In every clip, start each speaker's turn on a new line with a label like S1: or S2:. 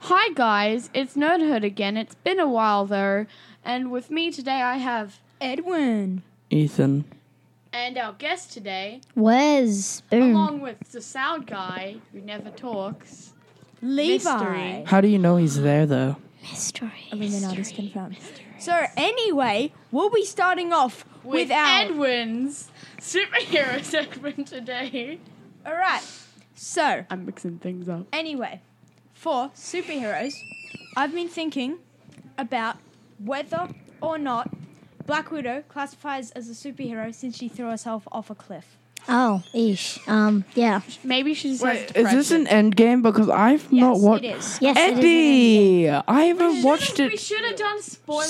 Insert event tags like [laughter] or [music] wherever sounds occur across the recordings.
S1: Hi guys, it's Nerdhood again. It's been a while though, and with me today I have
S2: Edwin.
S3: Ethan.
S1: and our guest today,
S4: Wes. Boom.
S1: along with the sound guy who never talks.
S2: Levi.
S3: How do you know he's there though?
S4: Mystery.
S2: Illuminati's confirmed. So anyway, we'll be starting off
S1: With
S2: with, our
S1: Edwin's superhero [laughs] segment today.
S2: All right. So
S1: I'm mixing things up.
S2: anyway, for superheroes, I've been thinking about whether or not Black Widow classifies as a superhero since she threw herself off a cliff.
S4: Oh, ish. Um, yeah.
S1: Maybe she just has
S3: Wait, is
S1: depression.
S3: this an end game? Because I've not
S2: Yes,
S3: watched.
S2: it is.
S4: Yes, it is an
S3: Eddie! I haven't
S1: Should've-
S3: watched
S1: We
S3: it.
S1: should have done spoiler.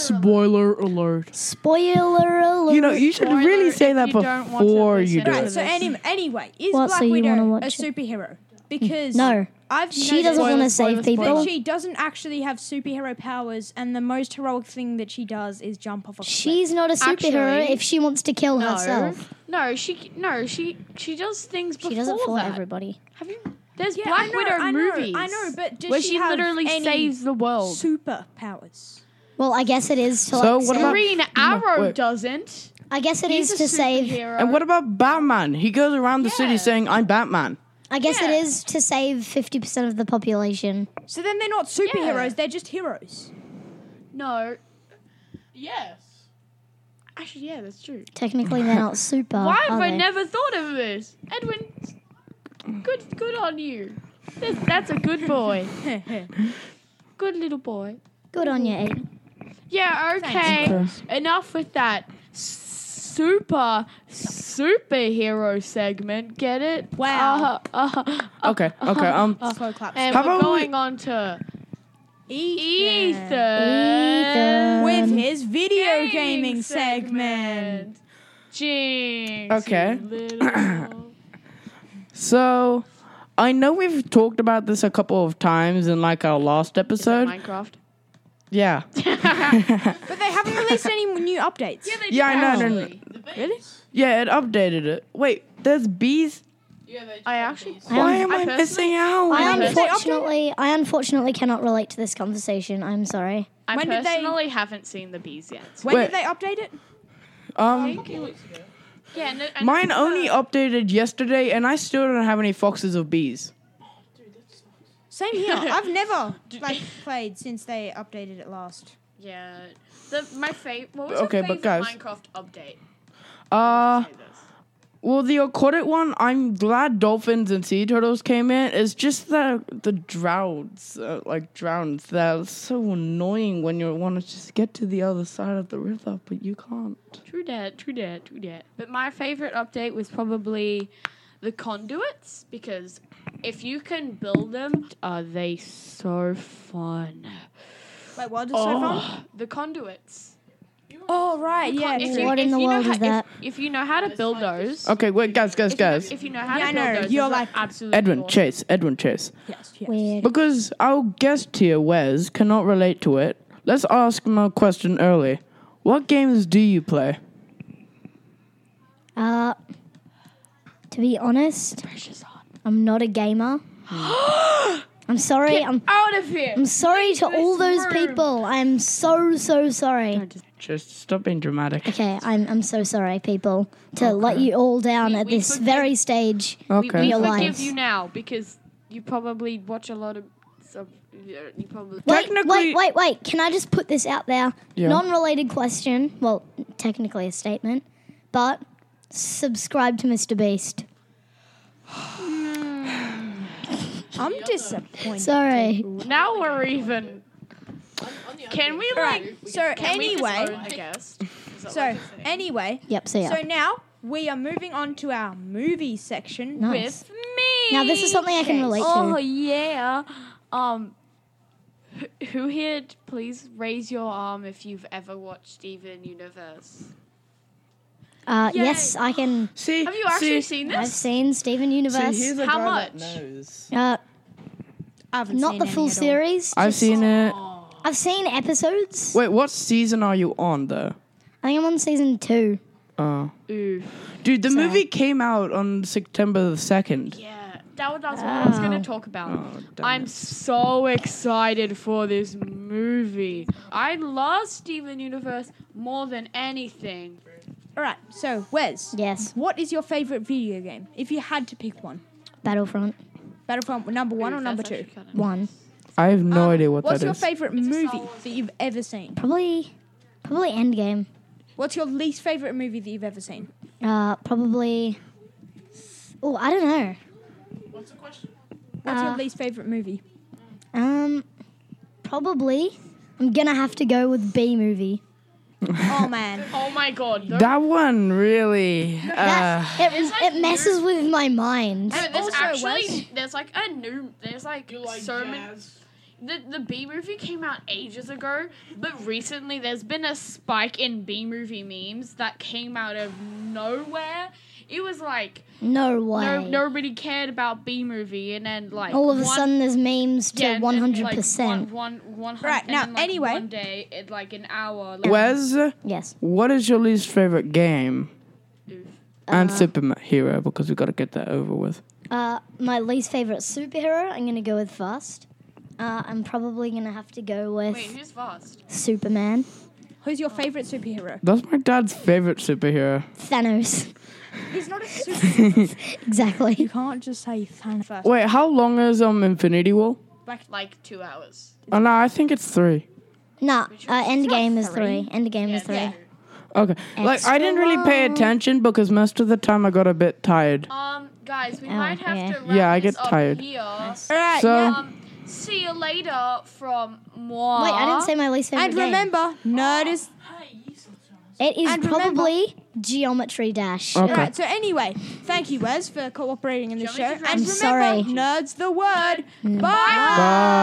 S1: alert.
S3: Spoiler alert.
S4: Spoiler alert.
S3: You know, you should
S1: Spoiler
S3: really say
S1: if
S3: that
S1: you don't want to
S3: before you
S1: listen
S3: do
S1: to
S2: Right.
S3: it.
S2: So any, anyway, is
S4: What,
S2: Black
S4: so you wanna
S2: Widow a
S4: watch it? Mm.
S2: superhero? Because
S4: No.
S2: I've
S4: She doesn't
S2: noticed-
S4: want
S1: Spoiler, spoiler,
S4: to save people.
S2: that
S4: She,
S2: she doesn't actually have superhero powers, and the most heroic thing that she does is jump off a cliff.
S4: She's not a superhero
S1: Actually,
S4: if she wants to kill herself.
S1: No, she no, she she does things before
S4: She doesn't follow
S1: that.
S4: everybody.
S1: Have you? There's
S2: Yeah,
S1: Black
S2: I know,
S1: Widow
S2: I know,
S1: movies.
S2: I know, but does
S1: where
S2: she
S1: she
S2: have
S1: literally
S2: any
S1: saves the world.
S2: superpowers.
S4: Well, I guess it is to
S3: So
S4: like.
S3: what
S4: save-
S3: about-
S1: Green Arrow
S3: wait.
S1: doesn't.
S4: I guess it
S1: He's
S4: is
S1: a
S4: to save.
S1: superhero.
S3: And what about Batman? He goes around the
S1: Yeah.
S3: city saying, I'm Batman.
S4: I guess it
S1: Yeah.
S4: is to save fifty percent of the population.
S2: So then they're not superheroes; they're just heroes.
S1: No. Yes. Actually, yeah, that's true.
S4: Technically,
S1: [laughs]
S4: they're not super.
S1: Why have
S4: Oh, are
S1: I
S4: they?
S1: never thought of this, Edwin? Good, good on you. That's, that's a good boy. good little boy.
S4: Good on you, Eddie.
S1: Yeah. Okay. Enough with that. Super superhero segment. Get it?
S2: Wow.
S1: Uh, uh, uh,
S3: Okay, okay. Um,
S2: Slow claps.
S1: and
S3: How
S1: we're
S3: about we-
S1: going on to Ethan.
S4: Ethan.
S2: with his video gaming segment.
S1: Jinx.
S3: Okay.
S1: you
S3: [coughs]
S1: little-
S3: so I know we've talked about this a couple of times in like our last
S1: [laughs]
S3: episode.
S1: Minecraft.
S3: Yeah.
S2: But they haven't released any new updates.
S3: Yeah, I know, no, no.
S1: Actually,
S2: Really?
S3: Yeah, it updated it. Wait, there's bees?
S1: I actually.
S3: Why am
S1: I
S3: I
S1: personally-
S3: missing out?
S4: I
S1: Why did they update
S4: unfortunately, I unfortunately cannot relate to this conversation. I'm sorry.
S1: I
S2: When did they-
S1: personally haven't seen the bees yet.
S2: When
S3: Wait.
S2: did they update it?
S3: Um,
S1: Yeah, no, and [laughs]
S3: Mine
S1: that's
S3: only
S1: the-
S3: updated yesterday, and I still don't have any foxes or bees.
S2: Same here. I've never like played since they updated it last.
S1: Yeah. The, my favorite. What was
S3: Okay,
S1: your favorite
S3: but guys-
S1: Minecraft update?
S3: Uh,
S1: Say this.
S3: well, the aquatic one, I'm glad dolphins and sea turtles came in. It's just the the drowns, uh, like drowns. They're so annoying when you want to just get to the other side of the river, but you can't.
S1: True dat, true dat, true dat. But my favorite update was probably the conduits because if you can build them, are they so fun?
S2: Wait, what? It's so fun.
S1: The conduits.
S2: Oh right, yeah.
S1: If
S2: true.
S4: What in the
S1: know
S4: world
S1: how,
S4: is that?
S1: If, if you know how to build those,
S3: Okay, wait, guys, guys,
S1: if you, know,
S3: guys.
S1: if you know how
S2: Yeah, I
S1: to build
S2: know.
S1: those,
S2: You're
S1: it's
S2: like-
S1: absolutely
S3: Edwin,
S1: gorgeous.
S3: chase, Edwin, chase.
S2: Yes, yes.
S4: Weird.
S3: Because our guest here, Wes, cannot relate to it. Let's ask him a question early. What games do you play?
S4: Uh, to be honest, I'm not
S1: [gasps]
S4: a gamer. I'm sorry. I'm
S1: Out of here!
S4: I'm sorry to all those
S1: room.
S4: people. I'm so so sorry.
S3: Just stop being dramatic.
S4: Okay, I'm I'm so sorry, people, to let you all down at
S1: Oh, we
S4: this
S1: forgive-
S4: very stage.
S3: Okay.
S1: We, we
S4: Your
S1: forgive
S4: lives.
S1: you now because you probably watch a lot of. Some, you probably.
S4: Wait,
S3: Technically-
S4: wait, wait, wait. Can I just put this out there?
S3: Yeah.
S4: Non-related question. Well, technically a statement, but subscribe to Mr. Beast.
S2: I'm disappointed.
S4: Sorry.
S1: Now we're even. Can we like?
S2: So
S1: Can we
S2: anyway,
S1: disown the
S4: [laughs]
S1: guest? Is that
S2: so
S1: what you're saying?
S2: anyway,
S4: Yep. So yeah.
S2: so now we are moving on to our movie section.
S4: nice.
S1: with me.
S4: Now this is something I can relate
S1: Oh
S4: to.
S1: yeah. Um, wh- who here? d- Please raise your arm if you've ever watched Steven Universe.
S4: Uh,
S1: Yay.
S4: yes, I can.
S3: See,
S1: Have you actually
S3: see,
S1: seen
S4: I've
S1: this?
S4: seen Steven Universe.
S3: here's a
S1: How
S3: guy
S1: much?
S3: That knows.
S4: uh,
S2: I haven't
S4: not
S2: seen
S4: the
S2: any
S4: full
S2: at all.
S4: series.
S3: I've
S4: just-
S3: seen it.
S4: I've seen episodes.
S3: Wait, what season are you on though?
S4: I think I'm on season two.
S3: Oh,
S1: Ooh,
S3: dude, the movie came out on September the second.
S1: yeah. that was that's what I was going to talk about.
S3: Oh, damn
S1: I'm
S3: it.
S1: so excited for this movie. I love Steven Universe more than anything.
S2: All right, so Wes,
S4: Yes,
S2: what is your favorite video game if you had to pick one?
S4: Battlefront
S2: Battlefront number one or
S1: Ooh,
S2: number
S1: that's
S2: two?
S1: actually kinda-
S4: One.
S3: I have no
S2: Um,
S3: idea what
S2: What's
S3: that
S2: your
S3: is.
S2: favorite
S1: a Star
S2: movie
S1: Wars
S2: that you've ever seen?
S4: Probably, probably Endgame.
S2: What's your least favorite movie that you've ever seen?
S4: Uh, probably. Oh, I don't know.
S3: What's the question?
S2: What's
S4: Uh,
S2: your least favorite
S4: [laughs]
S2: movie?
S4: Um, probably. I'm gonna have to go with B movie.
S2: oh man,
S1: Oh my god. Those,
S3: That one really. Uh,
S4: That- it, it messes with my mind.
S1: I mean, there's
S2: also
S1: actually
S2: Wes.
S1: there's like a new there's like, so many the, the B movie came out ages ago, but recently there's been a spike in B movie memes that came out of nowhere. It was like
S4: No way.
S1: no nobody cared about B movie and then like
S4: All of a
S1: one-
S4: sudden, there's memes to
S1: yeah, and then, like,
S4: 100%.
S1: one, one, one hun-
S2: Right,
S1: and
S2: now,
S1: then, like,
S2: anyway.
S1: one day it, like an hour like,
S3: Wes,
S4: yes.
S3: what is your least favorite game?
S1: oof. Uh,
S3: And superhero because we got to get that over with.
S4: Uh, my least favorite superhero, I'm gonna go with first. Uh, I'm probably gonna have to go with
S1: Wait, who's fast?
S4: Superman,
S2: who's your favorite superhero?
S3: That's my dad's favorite superhero.
S4: Thanos. [laughs]
S2: He's not a superhero. [laughs] you
S4: exactly.
S2: can't just say Thanos first.
S3: Wait, how long is um Infinity War?
S1: Like two hours.
S3: Oh no, I think it's three.
S4: No, uh, Endgame is
S2: three.
S4: three. Endgame is three.
S1: Yeah.
S3: Okay, like I didn't really pay
S4: Extra long.
S3: attention because most of the time I got a bit tired.
S1: Um, guys, we
S4: Oh,
S1: might have
S4: okay.
S1: to wrap
S3: Yeah, I
S1: this
S3: get
S1: up
S3: tired.
S1: here.
S2: All right,
S3: So-
S2: now-
S1: Um, see you later from moi.
S4: Wait, I didn't say my least favorite
S2: and
S4: game.
S2: remember,
S1: Oh.
S2: nerd is.
S4: it is
S2: and remember-
S4: probably Geometry Dash.
S3: Okay.
S2: All right, so anyway, thank you, Wes, for cooperating in the
S1: Do
S2: show.
S1: you want me to
S2: And
S1: drive
S2: remember,
S4: you? I'm sorry.
S2: nerds the word. Bye.
S3: Bye.